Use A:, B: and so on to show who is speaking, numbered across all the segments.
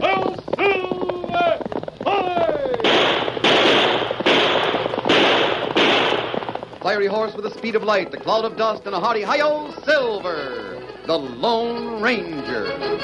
A: Go Silver!
B: Fiery horse with the speed of light, the cloud of dust, and a hearty hi-yo, Silver, the Lone Ranger.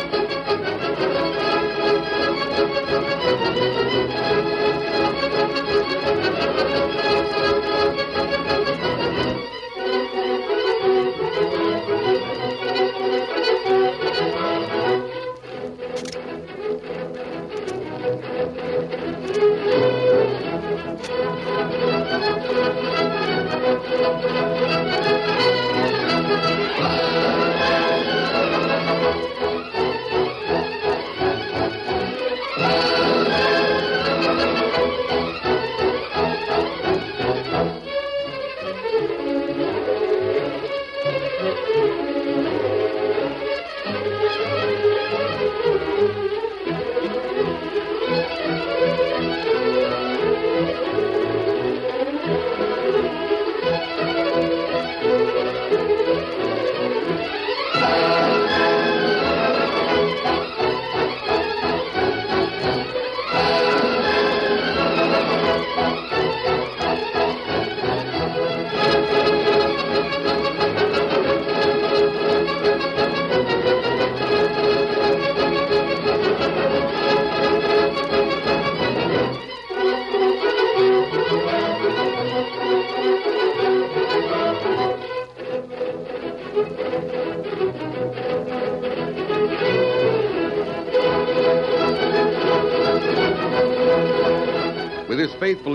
B: With his faithful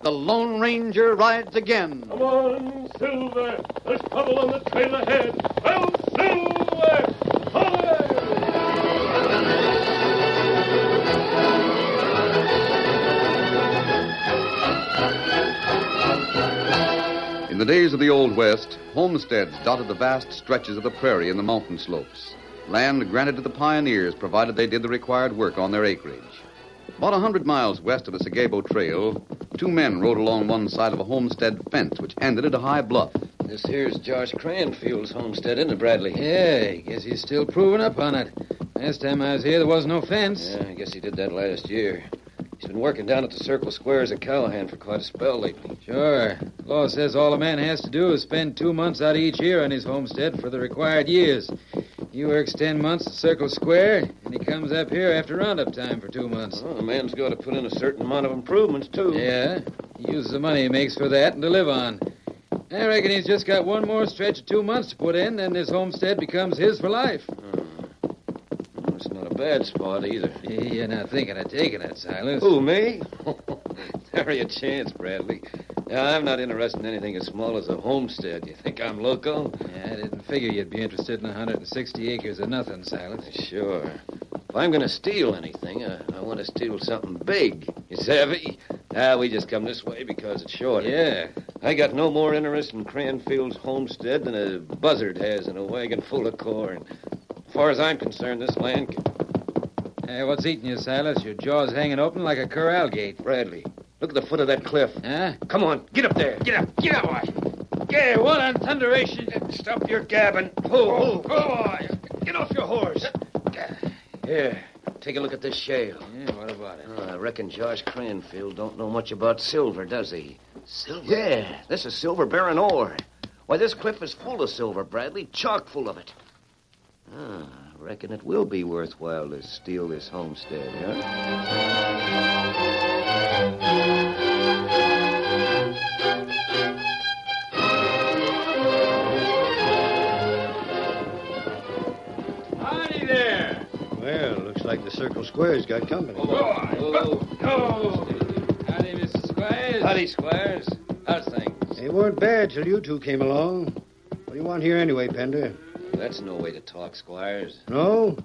B: The Lone Ranger rides again.
A: Come on, Silver! There's trouble on the trail ahead! Go Silver! Holler!
B: In the days of the Old West, homesteads dotted the vast stretches of the prairie and the mountain slopes. Land granted to the pioneers provided they did the required work on their acreage. About a hundred miles west of the Sagabo Trail, two men rode along one side of a homestead fence which ended at a high bluff.
C: This here's Josh Cranfield's homestead, isn't it, Bradley?
D: Yeah, guess he's still proving up on it. Last time I was here, there was no fence.
C: Yeah, I guess he did that last year. He's been working down at the Circle Squares at Callahan for quite a spell lately.
D: Sure. Law says all a man has to do is spend two months out of each year on his homestead for the required years. He works ten months at Circle Square, and he comes up here after roundup time for two months.
C: Well, a man's got to put in a certain amount of improvements, too.
D: Yeah, he uses the money he makes for that and to live on. I reckon he's just got one more stretch of two months to put in, and his homestead becomes his for life.
C: Hmm. Well, it's not a bad spot either.
D: You're not thinking of taking it, Silas.
C: Who, me? Nary a chance, Bradley. Now, I'm not interested in anything as small as a homestead. You think I'm loco?
D: Yeah, I didn't figure you'd be interested in 160 acres of nothing, Silas.
C: Sure. If I'm going to steal anything, Uh, I, I want to steal something big. You savvy? Ah, we just come this way because it's shorter.
D: Yeah.
C: I got no more interest in Cranfield's homestead than a buzzard has in a wagon full of corn. As far as I'm concerned, this land. Can...
D: Hey, what's eating you, Silas? Your jaw's hanging open like a corral gate.
C: Bradley, look at the foot of that cliff.
D: Huh?
C: Come on, get up there. Get up, get up.
E: Yeah, what on thunderation? Stop your gabbing.
C: Oh,
E: Go on. Get off your horse.
C: Here, take a look at this shale.
D: Yeah, what about it?
C: Oh, I reckon Josh Cranfield don't know much about silver, does he?
D: Silver?
C: Yeah, this is silver bearing ore. Why, this cliff is full of silver, Bradley, chock full of it. Ah, I reckon it will be worthwhile to steal this homestead, huh?
E: Hi there.
C: Well, looks like the
F: Circle
C: Circle
F: Square's got company.
C: Oh,
D: Howdy, Mr. Squires.
C: Howdy, Squires. How's things?
F: They weren't bad till you two came along. What do you want here anyway, Pender?
C: That's no way to talk, Squires.
F: No?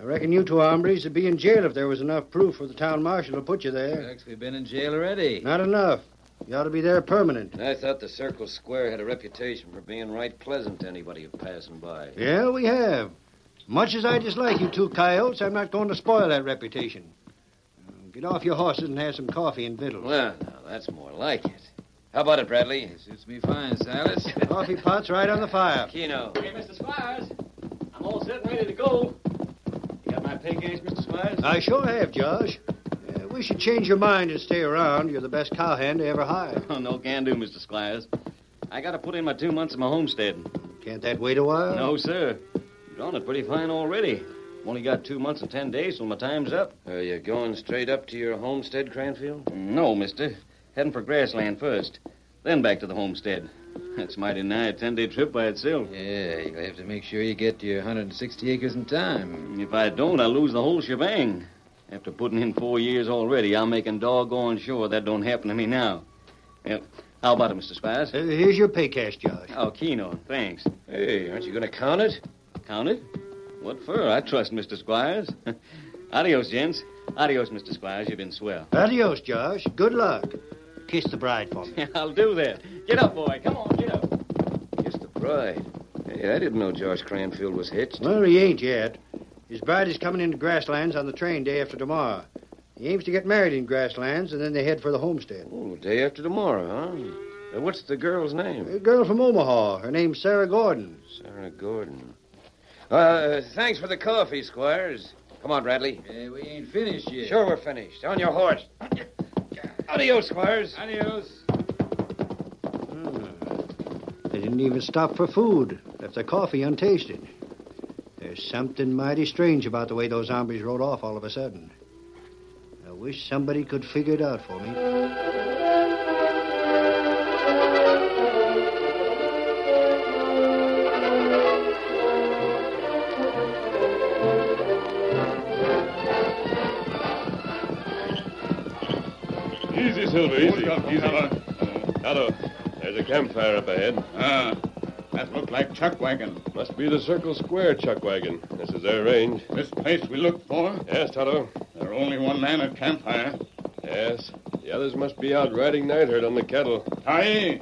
F: I reckon you two hombres would be in jail if there was enough proof for the town marshal to put you there.
D: Shucks, we've been in jail already.
F: Not enough. You ought to be there permanent.
C: I thought the Circle Square had a reputation for being right pleasant to anybody passing by.
F: Yeah, we have. Much as I dislike you two coyotes, I'm not going to spoil that reputation. Uh, Get off your horses and have some coffee and victuals.
C: Well, now, that's more like it. How about it, Bradley?
D: Suits me fine, Silas.
F: Coffee pot's right on the fire.
C: Keno.
G: Hey, Mr. Squires. I'm all set and ready to go. You got my pay case, Mr. Squires?
F: I sure have, Josh. Uh, we should change your mind and stay around. You're the best cowhand I ever hired.
G: Oh, no can do, Mr. Squires. I got to put in my two months of my homestead.
F: Can't that wait a while?
G: No, sir. Drawn it pretty fine already. Only got two months and ten days till my time's up.
C: Are you going straight up to your homestead, Cranfield?
G: No, mister. Heading for grassland first, then back to the homestead. That's mighty nigh a ten day trip by itself.
D: Yeah, you'll have to make sure you get to your 160 acres in time.
G: If I don't, I lose the whole shebang. After putting in four years already, I'm making doggone sure that don't happen to me now. Well, how about it, Mr. Spies?
F: Uh, here's your pay cash, Josh.
G: Oh, Keno, thanks.
C: Hey, aren't you going to count it?
G: Count it? What for? I trust Mr. Squires. Adios, gents. Adios, Mr. Squires. You've been swell.
F: Adios, Josh. Good luck. Kiss the bride for me.
G: I'll do that. Get up, boy. Come on, get up.
C: Kiss the bride. Hey, I didn't know Josh Cranfield was hitched.
F: Well, he ain't yet. His bride is coming into Grasslands on the train day after tomorrow. He aims to get married in Grasslands, and then they head for the homestead.
C: Oh, day after tomorrow, huh? Uh, What's the girl's name?
F: A girl from Omaha. Her name's Sarah Gordon.
C: Sarah Gordon. Uh, thanks for the coffee, Squires. Come on, Bradley.
D: Hey, we ain't finished yet.
C: Sure, we're finished. On your horse. Adios, Squires.
D: Adios.
F: They didn't even stop for food. Left their coffee untasted. There's something mighty strange about the way those zombies rode off all of a sudden. I wish somebody could figure it out for me.
H: Easy, Silver, easy. Easy. Tonto, there's a campfire up ahead.
I: Ah, that looked like chuck wagon.
H: Must be the Circle Square chuck wagon. This is their range.
I: This place we looked for.
H: Yes, Tonto.
I: There only one man at campfire.
H: Yes. The others must be out riding night herd on the cattle.
I: Aye.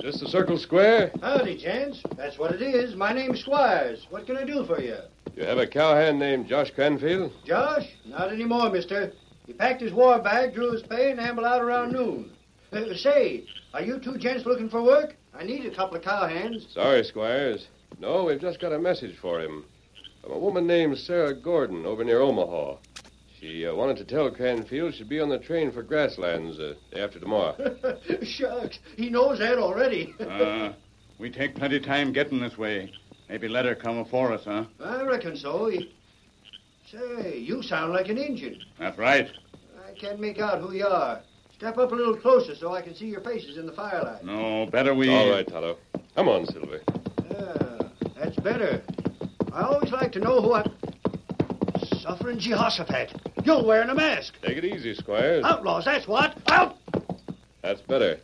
H: Just the Circle Square?
F: Howdy, Chance. That's what it is. My name's Squires. What can I do for you?
H: You have a cowhand named Josh Cranfield?
F: Josh? Not anymore, mister. He packed his war bag, drew his pay, and ambled out around noon. Uh, say, are you two gents looking for work? I need a couple of cowhands.
H: Sorry, Squires. No, we've just got a message for him from a woman named Sarah Gordon over near Omaha. She uh, wanted to tell Cranfield she'd be on the train for grasslands uh, day after tomorrow.
F: Shucks, he knows that already.
I: Ah, we take plenty time getting this way. Maybe let her come afore us, huh?
F: I reckon so. He- Say, you sound like an Injun.
I: That's right.
F: I can't make out who you are. Step up a little closer so I can see your faces in the firelight.
I: No, better we.
H: All right, Tonto. Come on, Silver.
F: Ah, that's better. I always like to know who I. Suffering Jehoshaphat. You're wearing a mask.
H: Take it easy, Squires.
F: Outlaws, that's what. Out!
H: That's better.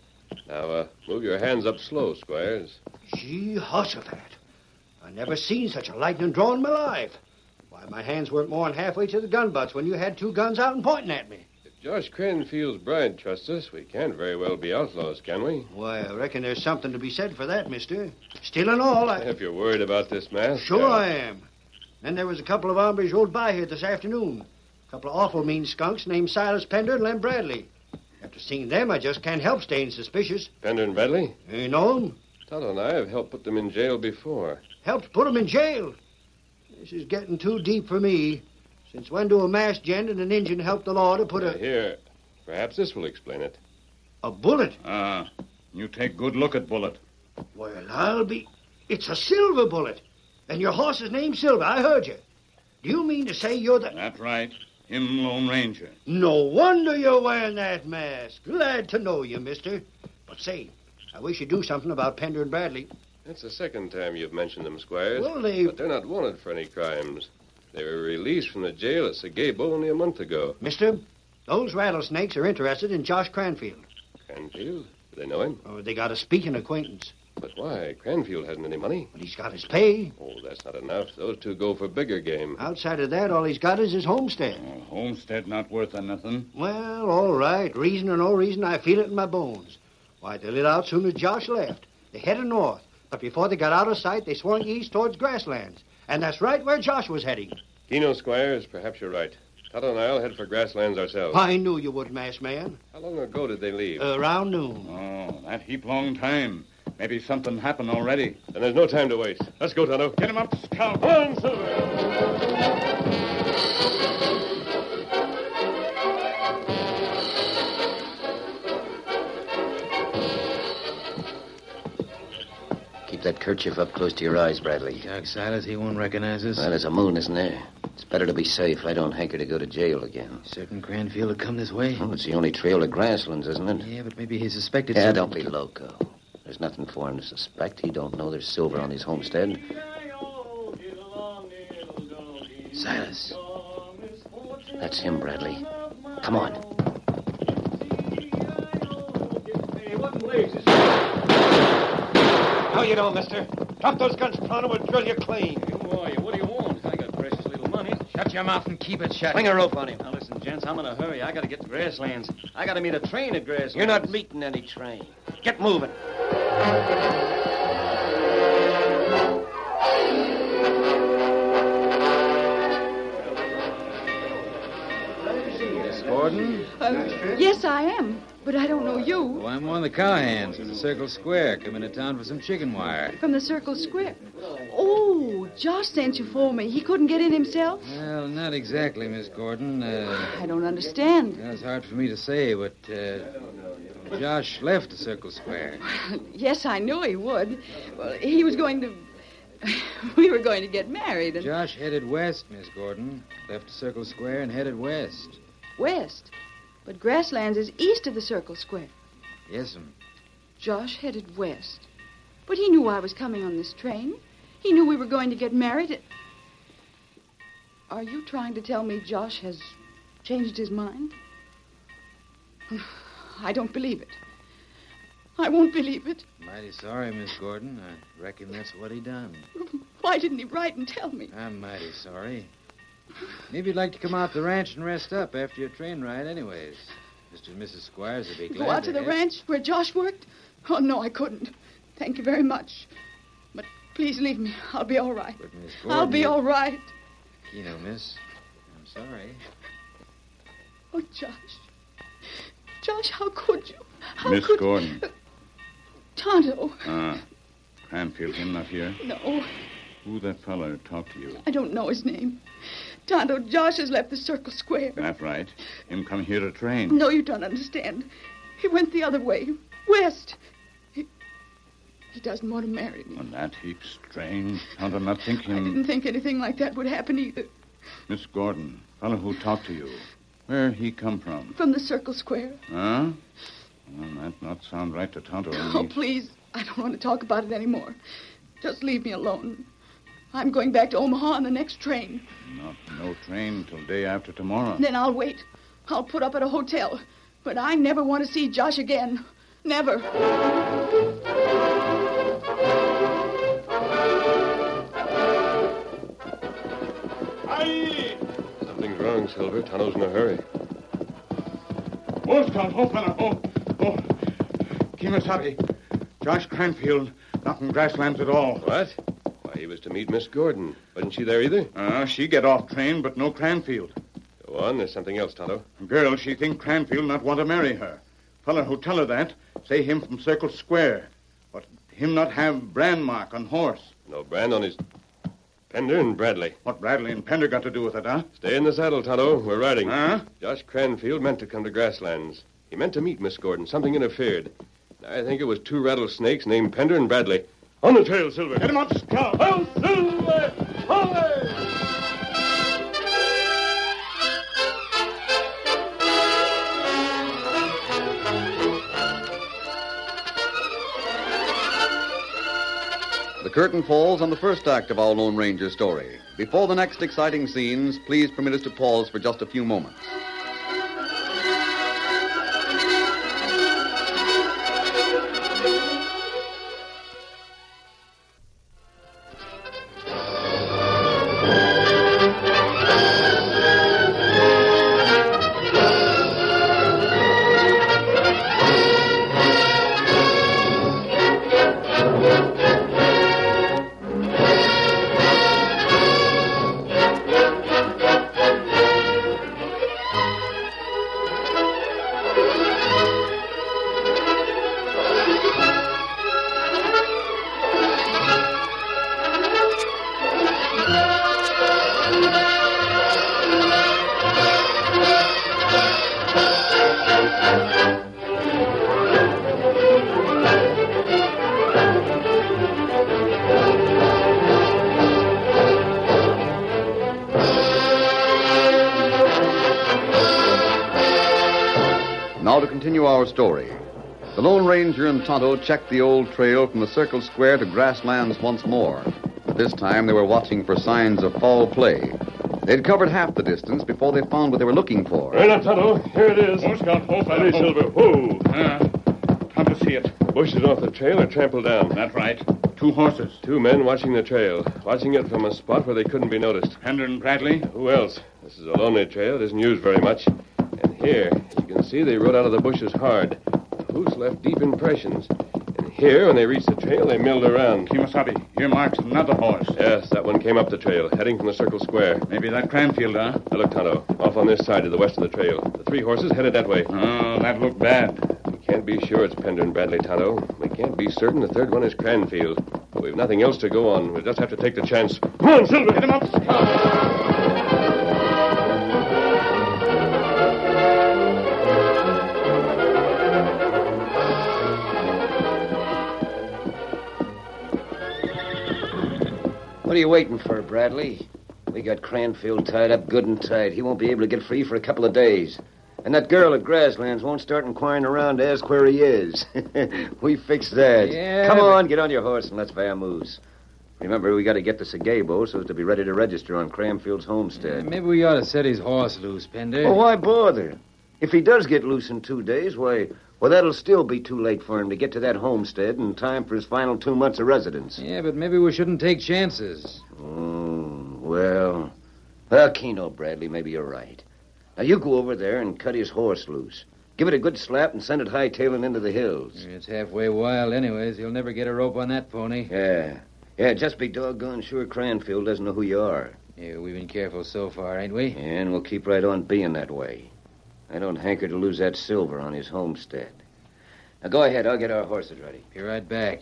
H: Now, uh, move your hands up slow, Squires.
F: Jehoshaphat. I never seen such a lightning draw in my life. Why, my hands weren't more than halfway to the gun butts when you had two guns out and pointing at me.
H: If Josh Cranfield's bride trusts us, we can't very well be outlaws, can we?
F: Why, I reckon there's something to be said for that, mister. Still and all, I.
H: If you're worried about this mask.
F: Sure
H: uh,
F: I am. Then there was a couple of hombres rode by here this afternoon. A couple of awful mean skunks named Silas Pender and Lem Bradley. After seeing them, I just can't help staying suspicious.
H: Pender and Bradley?
F: You know 'em?
H: Tonto and I have helped put them in jail before.
F: Helped put 'em in jail. This is getting too deep for me. Since when do a masked gent and an Injun help the law to put
H: Uh,
F: a,
H: here, perhaps this will explain it.
F: a bullet?
I: Ah, you take good look at Bullet.
F: Well, I'll be. It's a silver bullet. And your horse's name's Silver. I heard you. Do you mean to say you're the.
I: That's right. Him Lone Ranger.
F: No wonder you're wearing that mask. Glad to know you, mister. But say, I wish you'd do something about Pender and Bradley.
H: That's the second time you've mentioned them, Squires.
F: Well, they.
H: But they're not wanted for any crimes. They were released from the jail at Segabo only a month ago.
F: Mister, those rattlesnakes are interested in Josh Cranfield.
H: Cranfield? Do they know him?
F: Oh, they got a speaking acquaintance,
H: But why? Cranfield hasn't any money.
F: but he's got his pay.
H: Oh, that's not enough. Those two go for bigger game.
F: Outside of that, all he's got is his homestead.
I: Well, homestead not worth anything.
F: Well, all right. Reason or no reason, I feel it in my bones. Why, they lit out soon as Josh left. They headed north, but before they got out of sight, they swung east towards grasslands. And that's right where Josh was heading.
H: Keno Squires, perhaps you're right. Toto and I'll head for grasslands ourselves.
F: I knew you would, masked man.
H: How long ago did they leave?
F: Around noon.
I: Oh, that heap long time. Maybe something happened already.
H: and there's no time to waste. Let's go, Tonto.
I: Get him up, scout.
H: One silver!
J: Keep that kerchief up close to your eyes, Bradley.
D: Doc Silas, he won't recognize us.
J: Well, there's a moon, isn't there? It's better to be safe. I don't hanker to go to jail again.
D: Certain Cranfield will come this way.
J: Oh, it's the only trail to grasslands, isn't it?
D: Yeah, but maybe he suspected.
J: Yeah,
D: something.
J: don't be loco. There's nothing for him to suspect. He don't know there's silver on his homestead.
D: Silas.
J: That's him, Bradley. Come on.
C: No, you don't, mister. Drop those guns, Pronto. We'll drill you clean.
G: Who are you? What do you want? I got precious little money.
D: Shut your mouth and keep it shut.
C: Hang a rope on him.
G: Now listen, gents, I'm in a hurry. I gotta get to Grasslands. I gotta meet a train at Grasslands.
C: You're not meeting any train. Get moving.
D: Miss Gordon?
K: Uh, Yes, I am, but I don't know you
D: Well, I'm one of the cowhands in the Circle Square coming to town for some chicken wire.
K: from the Circle Square. Oh, Josh sent you for me. He couldn't get in himself.
D: Well, not exactly, Miss Gordon. Uh,
K: I don't understand.
D: well, it's hard for me to say, but uh, Josh left the Circle Square.
K: Yes, I knew he would. Well, he was going to. We were going to get married and
D: Josh headed west, Miss Gordon. Left the Circle Square and headed west.
K: west, but Grasslands is east of the Circle Square.
D: Yes, ma'am.
K: Josh headed west, but he knew I was coming on this train. He knew we were going to get married. Are you trying to tell me Josh has changed his mind? I don't believe it. I won't believe it.
D: Mighty sorry, Miss Gordon. I reckon that's what he done.
K: Why didn't he write and tell me?
D: I'm mighty sorry. Maybe you'd like to come out to the ranch and rest up after your train ride, anyways. Mr. and Mrs. Squires would be glad
K: Go out to the
D: have-
K: ranch where Josh worked? Oh, no, I couldn't. Thank you very much. But please leave me. I'll be all right.
D: But Miss Gordon,
K: I'll be all right.
D: You know, Miss, I'm sorry.
K: Oh, Josh. Josh, how could you? How
I: Miss
K: could...
I: Gordon.
K: Tonto.
I: Ah, Cranfield him up here.
K: No,
I: Who that fella talked to you?
K: I don't know his name. Tonto, Josh has left the circle square.
I: That right. Him come here to train.
K: No, you don't understand. He went the other way, west. He, he doesn't want to marry me.
I: On that heap strange. Tonto not
K: I
I: thinking.
K: didn't think anything like that would happen either.
I: Miss Gordon, fella who talked to you. Where he come from?
K: From the circle square.
I: Huh? Well, that not sound right to Tonto.
K: Oh, please. I don't want to talk about it anymore. Just leave me alone. I'm going back to Omaha on the next train.
I: Not no train till day after tomorrow.
K: Then I'll wait. I'll put up at a hotel. But I never want to see Josh again. Never.
I: Aye!
H: Something's wrong, Silver. Tonto's in a hurry.
I: Oh, Scout, oh, fella, oh, oh. Kimasabi. Josh Cranfield, not in grasslands at all.
H: What? Why, he was to meet Miss Gordon. Wasn't she there either?
I: Uh, she get off train, but no Cranfield.
H: Go on, there's something else, Tonto.
I: Girl, she think Cranfield not want to marry her. Fella who tell her that, say him from Circle Square. But him not have brand mark on horse.
H: No brand on his. Pender and Bradley.
I: What Bradley and Pender got to do with it, huh?
H: Stay in the saddle, Tonto. We're riding.
I: Huh?
H: Josh Cranfield meant to come to Grasslands. He meant to meet Miss Gordon. Something interfered. I think it was two rattlesnakes named Pender and Bradley. On the trail, Silver.
I: Get him up, Scout.
H: Oh,
G: eh.
H: Silver! Silver!
B: The curtain falls on the first act of our Lone Ranger story. Before the next exciting scenes, please permit us to pause for just a few moments. Now to continue our story. The Lone Ranger and Tonto checked the old trail from the Circle Square to grasslands once more. But this time they were watching for signs of foul play. They'd covered half the distance before they found what they were looking for.
E: Right up, Tonto. Here it is. Oh, Scout, oh, Fatty Silver. Whoa.
I: Come to Ah, see it.
H: Bushes off the trail or trampled down?
I: That's right. Two horses.
H: Two men watching the trail, watching it from a spot where they couldn't be noticed.
I: Hander and Bradley?
H: Who else? This is a lonely trail. It isn't used very much. And here, as you can see, they rode out of the bushes hard. The hoots left deep impressions. And here, when they reached the trail, they milled around.
I: Kimasabi, here marks another horse.
H: Yes, that one came up the trail, heading from the circle square.
I: Maybe that Cranfield, huh?
H: Now look, Tonto, off on this side to the west of the trail. The three horses headed that way.
I: Oh, that looked bad.
H: We can't be sure it's Pender and Bradley, Tonto. We can't be certain the third one is Cranfield. But we've nothing else to go on. We'll just have to take the chance.
I: Come on, Silver. Get him up, Scout.
C: What are you waiting for, Bradley? We got Cranfield tied up good and tight. He won't be able to get free for a couple of days. And that girl at Grasslands won't start inquiring around to ask where he is. we fixed that.
D: Yeah,
C: Come
D: but-
C: on, get on your horse and let's vamoose. Remember, we got to get to Segabo so as to be ready to register on Cranfield's homestead.
D: Maybe we ought to set his horse loose, Pender.
C: Well, why bother? If he does get loose in two days, why, well, that'll still be too late for him to get to that homestead in time for his final two months of residence.
D: Yeah, but maybe we shouldn't take chances.
C: Oh, well. Well, Keno, Bradley, maybe you're right. Now, you go over there and cut his horse loose. Give it a good slap and send it hightailing into the hills.
D: It's halfway wild, anyways. You'll never get a rope on that pony.
C: Yeah. Yeah, just be doggone sure Cranfield doesn't know who you are.
D: Yeah, we've been careful so far, ain't we?
C: And we'll keep right on being that way. I don't hanker to lose that silver on his homestead. Now, go ahead. I'll get our horses ready.
D: Be right back.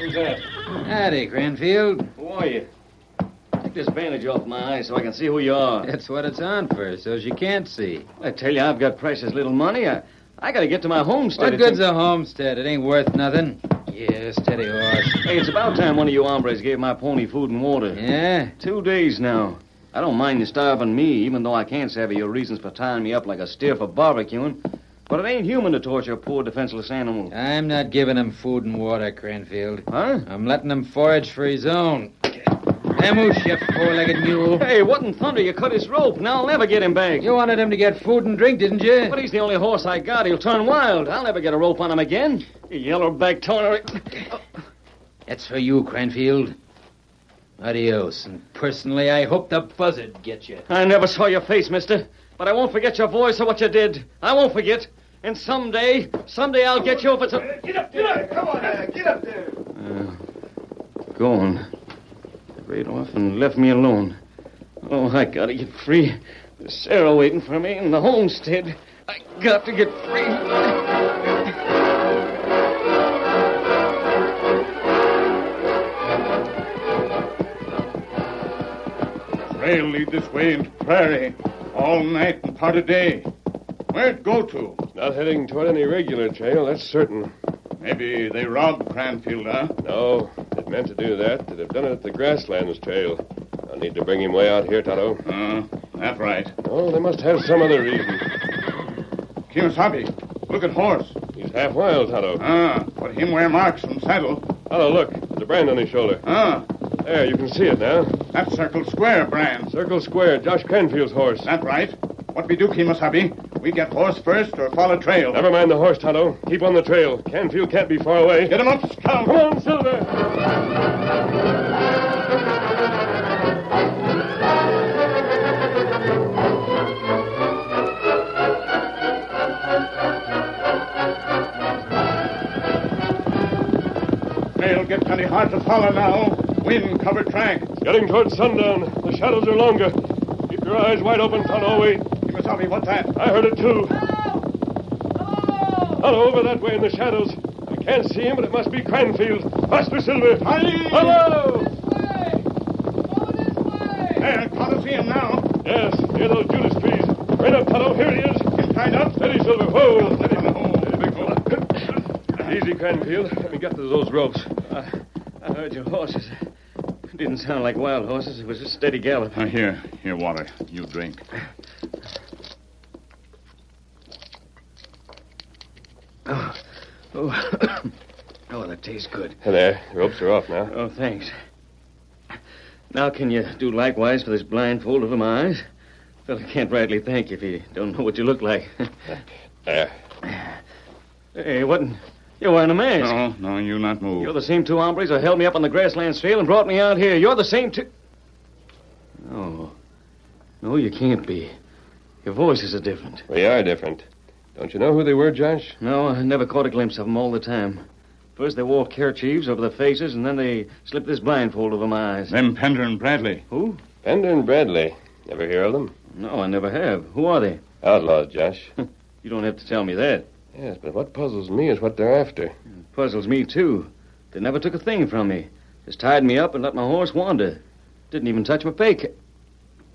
G: Who's that?
D: Howdy, Cranfield.
G: Who are you? Take this bandage off my eyes so I can see who you are.
D: That's what it's on for, so you can't see.
G: I tell you, I've got precious little money. I, I got to get to my homestead.
D: What
G: It's-
D: good's a homestead? It ain't worth nothing. Yeah, steady horse.
G: Hey, it's about time one of you hombres gave my pony food and water.
D: Yeah?
G: Two days now. I don't mind you starving me, even though I can't savvy your reasons for tying me up like a steer for barbecuing. But it ain't human to torture a poor defenseless animal.
D: I'm not giving him food and water, Cranfield.
G: Huh?
D: I'm letting him forage for his own. Ambush, you four-legged mule.
G: Hey, what in thunder? You cut his rope. Now I'll never get him back.
D: You wanted him to get food and drink, didn't you?
G: But he's the only horse I got. He'll turn wild. I'll never get a rope on him again. You yellow-backed toner.
D: That's for you, Cranfield. Adios. And personally, I hope the buzzard gets you.
G: I never saw your face, mister. But I won't forget your voice or what you did. I won't forget. And someday, someday I'll get you if it's a...
I: Get up, get up. Come on, get up there.
G: Uh, Gone. Right off and left me alone. Oh, I gotta get free. There's Sarah waiting for me in the homestead. I got to get free.
I: Trail lead this way into prairie all night and part of day. Where'd go to?
H: Not heading toward any regular trail, that's certain.
I: Maybe they robbed Cranfield, huh?
H: No, it meant to do that. They'd have done it at the grasslands trail. I'll need to bring him way out here, Tonto.
I: Uh, that's right.
H: Oh, they must have some other reason.
I: Kiyosabe, Look at horse.
H: He's half wild, Tonto.
I: Ah, but him wear marks from saddle.
H: Tonto, look. There's a brand on his shoulder.
I: Ah.
H: There, you can see it now.
I: That's Circle Square brand.
H: Circle Square, Josh Cranfield's horse.
I: That right. What we do, Kemosabe, we get horse first or follow trail.
H: Never mind the horse, Tonto. Keep on the trail. Canfield can't be far away.
I: Get him up, scout.
H: Come on, Silver.
I: Trail get plenty hard to follow now. Wind covered track.
H: It's getting towards sundown. The shadows are longer. Keep your eyes wide open, Tonto. Wait.
I: Kemosabe, what's that?
H: I heard it too. Tonto, over that way in the shadows. I can't see him, but it must be Cranfield. Faster, Silver.
I: Hi.
H: Hello.
I: There, Tonto, see him now.
H: Yes, near those Judas trees. Right up, Tonto. Here he is.
I: Him tied up.
H: Steady, Silver. Whoa. Steady. Steady, big fella. Easy, Cranfield. Let me get to those ropes.
G: I heard your horses. It didn't sound like wild horses. It was a steady gallop.
I: Now, here, here, water. You drink.
G: Oh, oh, oh that tastes good.
H: There. The ropes are off now.
G: Oh, thanks. Now, can you do likewise for this blindfold over my eyes? Fella can't rightly thank you if he don't know what you look like.
H: There.
G: Uh, hey, what? in- You're wearing a mask.
I: No, no, you not move.
G: You're the same two hombres who held me up on the grasslands trail and brought me out here. You're the same two. No. No, you can't be. Your voices are different.
H: We are different. Don't you know who they were, Josh?
G: No, I never caught a glimpse of them all the time. First they wore kerchiefs over their faces, and then they slipped this blindfold over my eyes.
I: Them Pender and Bradley.
G: Who?
H: Bender and Bradley. Never hear of them?
G: No, I never have. Who are they?
H: Outlaws, Josh.
G: You don't have to tell me that.
H: Yes, but what puzzles me is what they're after.
G: Puzzles me, too. They never took a thing from me. Just tied me up and let my horse wander. Didn't even touch my pay ca-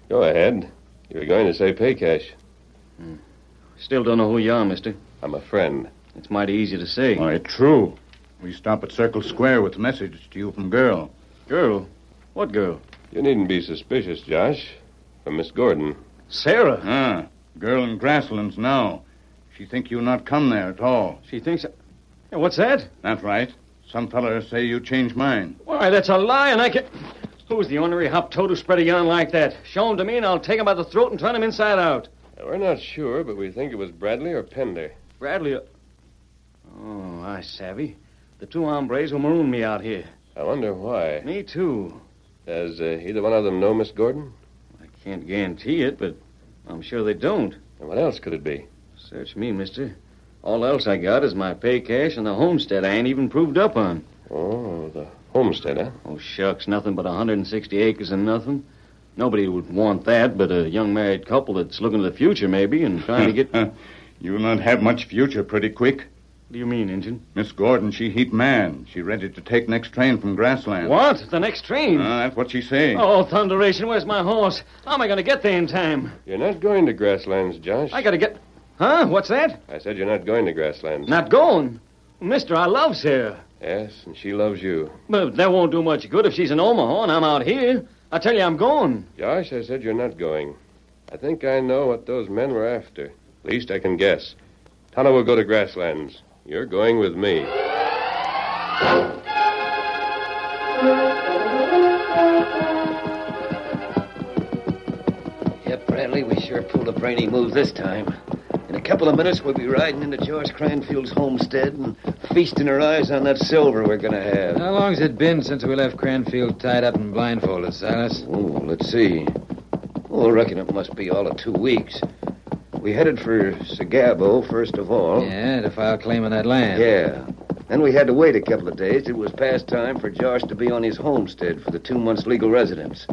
H: Go ahead. You were going to say pay cash.
G: Hmm. Still don't know who you are, mister.
H: I'm a friend.
G: It's mighty easy to say.
I: Why, true. We stop at Circle Square with a message to you from girl.
G: Girl? What girl?
H: You needn't be suspicious, Josh. From Miss Gordon.
G: Sarah.
I: Ah, girl in Grasslands now. She think you not come there at all.
G: She thinks. Hey, What's that?
I: That right. Some feller say you change mind.
G: Why, that's a lie, and I can. Who's the ornery hop toad who spread a yarn like that? Show him to me, and I'll take him by the throat and turn him inside out.
H: Now, We're not sure, but we think it was Bradley or Pender.
G: Bradley. uh, Oh, I savvy. The two hombres who marooned me out here.
H: I wonder why.
G: Me, too.
H: Does uh, either one of them know Miss Gordon?
G: I can't guarantee it, but I'm sure they don't.
H: And what else could it be?
G: Search me, mister. All else I got is my pay cash and the homestead I ain't even proved up on.
H: Oh, the homestead, huh?
G: Oh, shucks, nothing but 160 acres and nothing. Nobody would want that but a young married couple that's looking to the future, maybe, and trying to get. what
I: you not have much future pretty quick.
G: do you mean, Injun?
I: Miss Gordon, she heat man. She ready to take next train from Grasslands.
G: What? The next train?
I: Ah, that's what she say.
G: oh, thunderation, where's my horse? How am I going to get there in time?
H: You're not going to Grasslands, Josh.
G: I got to get. Huh? What's that?
H: I said you're not going to Grasslands.
G: Not going. Mister, I love Sarah.
H: Yes, and she loves you.
G: But that won't do much good if she's in Omaha and I'm out here. I tell you, I'm going.
H: Josh, I said you're not going. I think I know what those men were after. At least I can guess. Tonto will go to Grasslands. You're going with me.
C: Yep, Bradley, we sure pulled a brainy move this time. In a couple of minutes, we'll be riding into George Cranfield's homestead and feasting our eyes on that silver we're going to have.
D: How long's it been since we left Cranfield tied up and blindfolded, Silas?
C: Oh, let's see. Oh, I reckon it must be all of two weeks. We headed for Sagabo, first of all.
D: Yeah, to file claim on that land.
C: Yeah. Then we had to wait a couple of days. It was past time for Josh to be on his homestead for the two months' legal residence.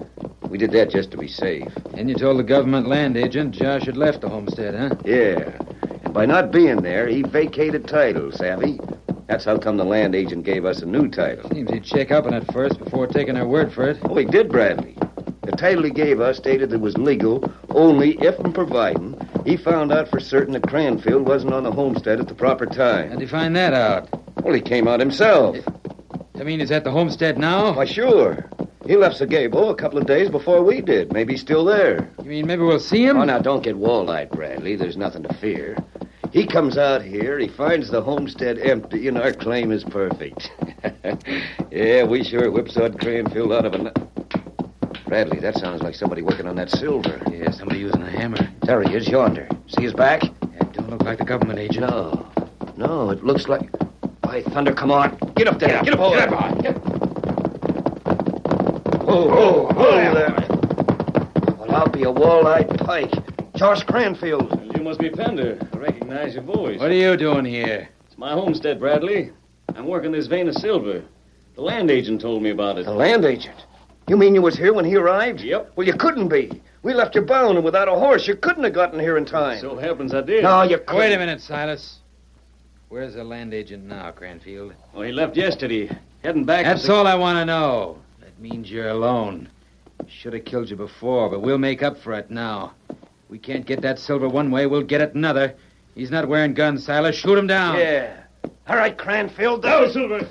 C: We did that just to be safe.
D: And you told the government land agent Josh had left the homestead, huh?
C: Yeah. And by not being there, he vacated title, savvy? That's how come the land agent gave us a new title.
D: Seems he'd check up on it first before taking our word for it.
C: Oh, he did, Bradley. The title he gave us stated it was legal only if and providing he found out for certain that Cranfield wasn't on the homestead at the proper time.
D: How'd you find that out?
C: Well, he came out himself.
D: I mean, he's at the homestead now?
C: Why, sure. He left Sagabo a couple of days before we did. Maybe he's still there.
D: You mean maybe we'll see him?
C: Oh, now, don't get wall-eyed, Bradley. There's nothing to fear. He comes out here, he finds the homestead empty, and our claim is perfect. yeah, we sure whipsawed Cranfield out of a. nu- Bradley, that sounds like somebody working on that silver. Yeah, somebody using a hammer. There he is yonder. See his back? It don't look like the government agent. No. No, it looks like. By thunder, come on. Get up there. Get up, over there. Whoa, whoa, whoa there. Well, I'll be a wall-eyed pike. Josh Cranfield.
G: You must be Pender. I recognize your voice.
D: What are you doing here?
G: It's my homestead, Bradley. I'm working this vein of silver. The land agent told me about it.
C: The land agent? You mean you was here when he arrived? Yep. Well, you couldn't be. We left you bound and without a horse. You couldn't have gotten here in time.
G: So happens I did.
C: No, you couldn't.
D: Wait a minute, Silas. Where's the land agent now, Cranfield?
G: Well, he left yesterday. Heading back. to
D: That's
G: the-
D: all I want to know. That means you're alone. Should have killed you before, but we'll make up for it now. We can't get that silver one way, we'll get it another. He's not wearing guns, Silas. Shoot him down.
C: Yeah. All right, Cranfield.
G: uh,
C: Down,
H: Silver.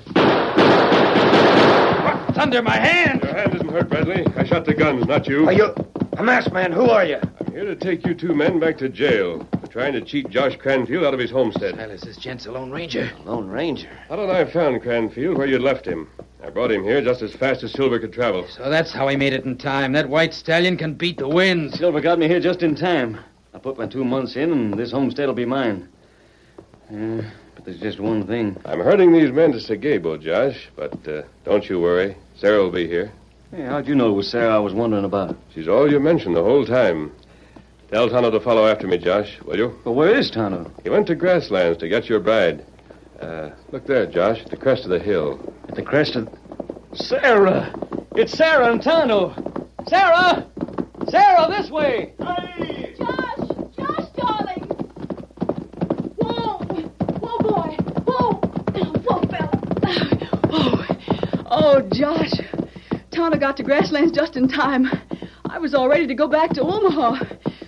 C: Thunder, my hand!
H: Your hand isn't hurt, Bradley. I shot the guns, not you.
C: Are you a masked man? Who are you?
H: I'm here to take you two men back to jail for trying to cheat Josh Cranfield out of his homestead.
D: Silas, this gent's a Lone Ranger.
C: Lone Ranger.
H: Huddle and I found Cranfield where you'd left him. I brought him here just as fast as Silver could travel.
D: So that's how he made it in time. That white stallion can beat the winds.
G: Silver got me here just in time. I put my two months in, and this homestead will be mine. Uh, but there's just one thing.
H: I'm herding these men to Segebo, Josh, but uh, don't you worry. Sarah will be here.
G: Hey, how'd you know it was Sarah I was wondering about?
H: She's all you mentioned the whole time. Tell Tonto to follow after me, Josh, will you?
G: But where is Tonto?
H: He went to Grasslands to get your bride. Uh, look there, Josh, at the crest of the hill.
G: At the crest of. Sarah! It's Sarah and Tonto! Sarah! Sarah, this way!
K: Josh! Josh, darling! Whoa! Whoa, boy! Whoa! Whoa, fella! Oh, oh, Josh. Tonto got to Grasslands just in time. I was all ready to go back to Omaha,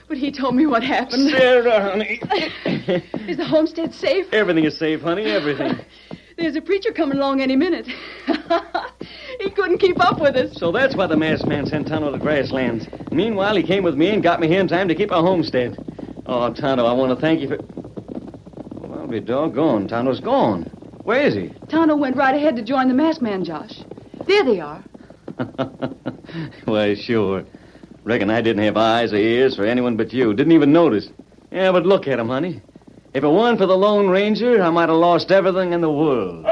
K: but he told me what happened.
G: Sarah, honey.
K: Is the homestead safe?
G: Everything is safe, honey, everything.
K: There's a preacher coming along any minute. he couldn't keep up with us.
G: So that's why the masked man sent Tonto to Grasslands. Meanwhile, he came with me and got me here in time to keep our homestead. Oh, Tonto, I want to thank you for. Well, I'll be doggone. Tonto's gone. Where is he?
K: Tonto went right ahead to join the masked man, Josh. There they are.
G: Why, sure. Reckon I didn't have eyes or ears for anyone but you. Didn't even notice. Yeah, but look at him, honey. If it weren't for the Lone Ranger, I might have lost everything in the world.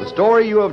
B: The story you have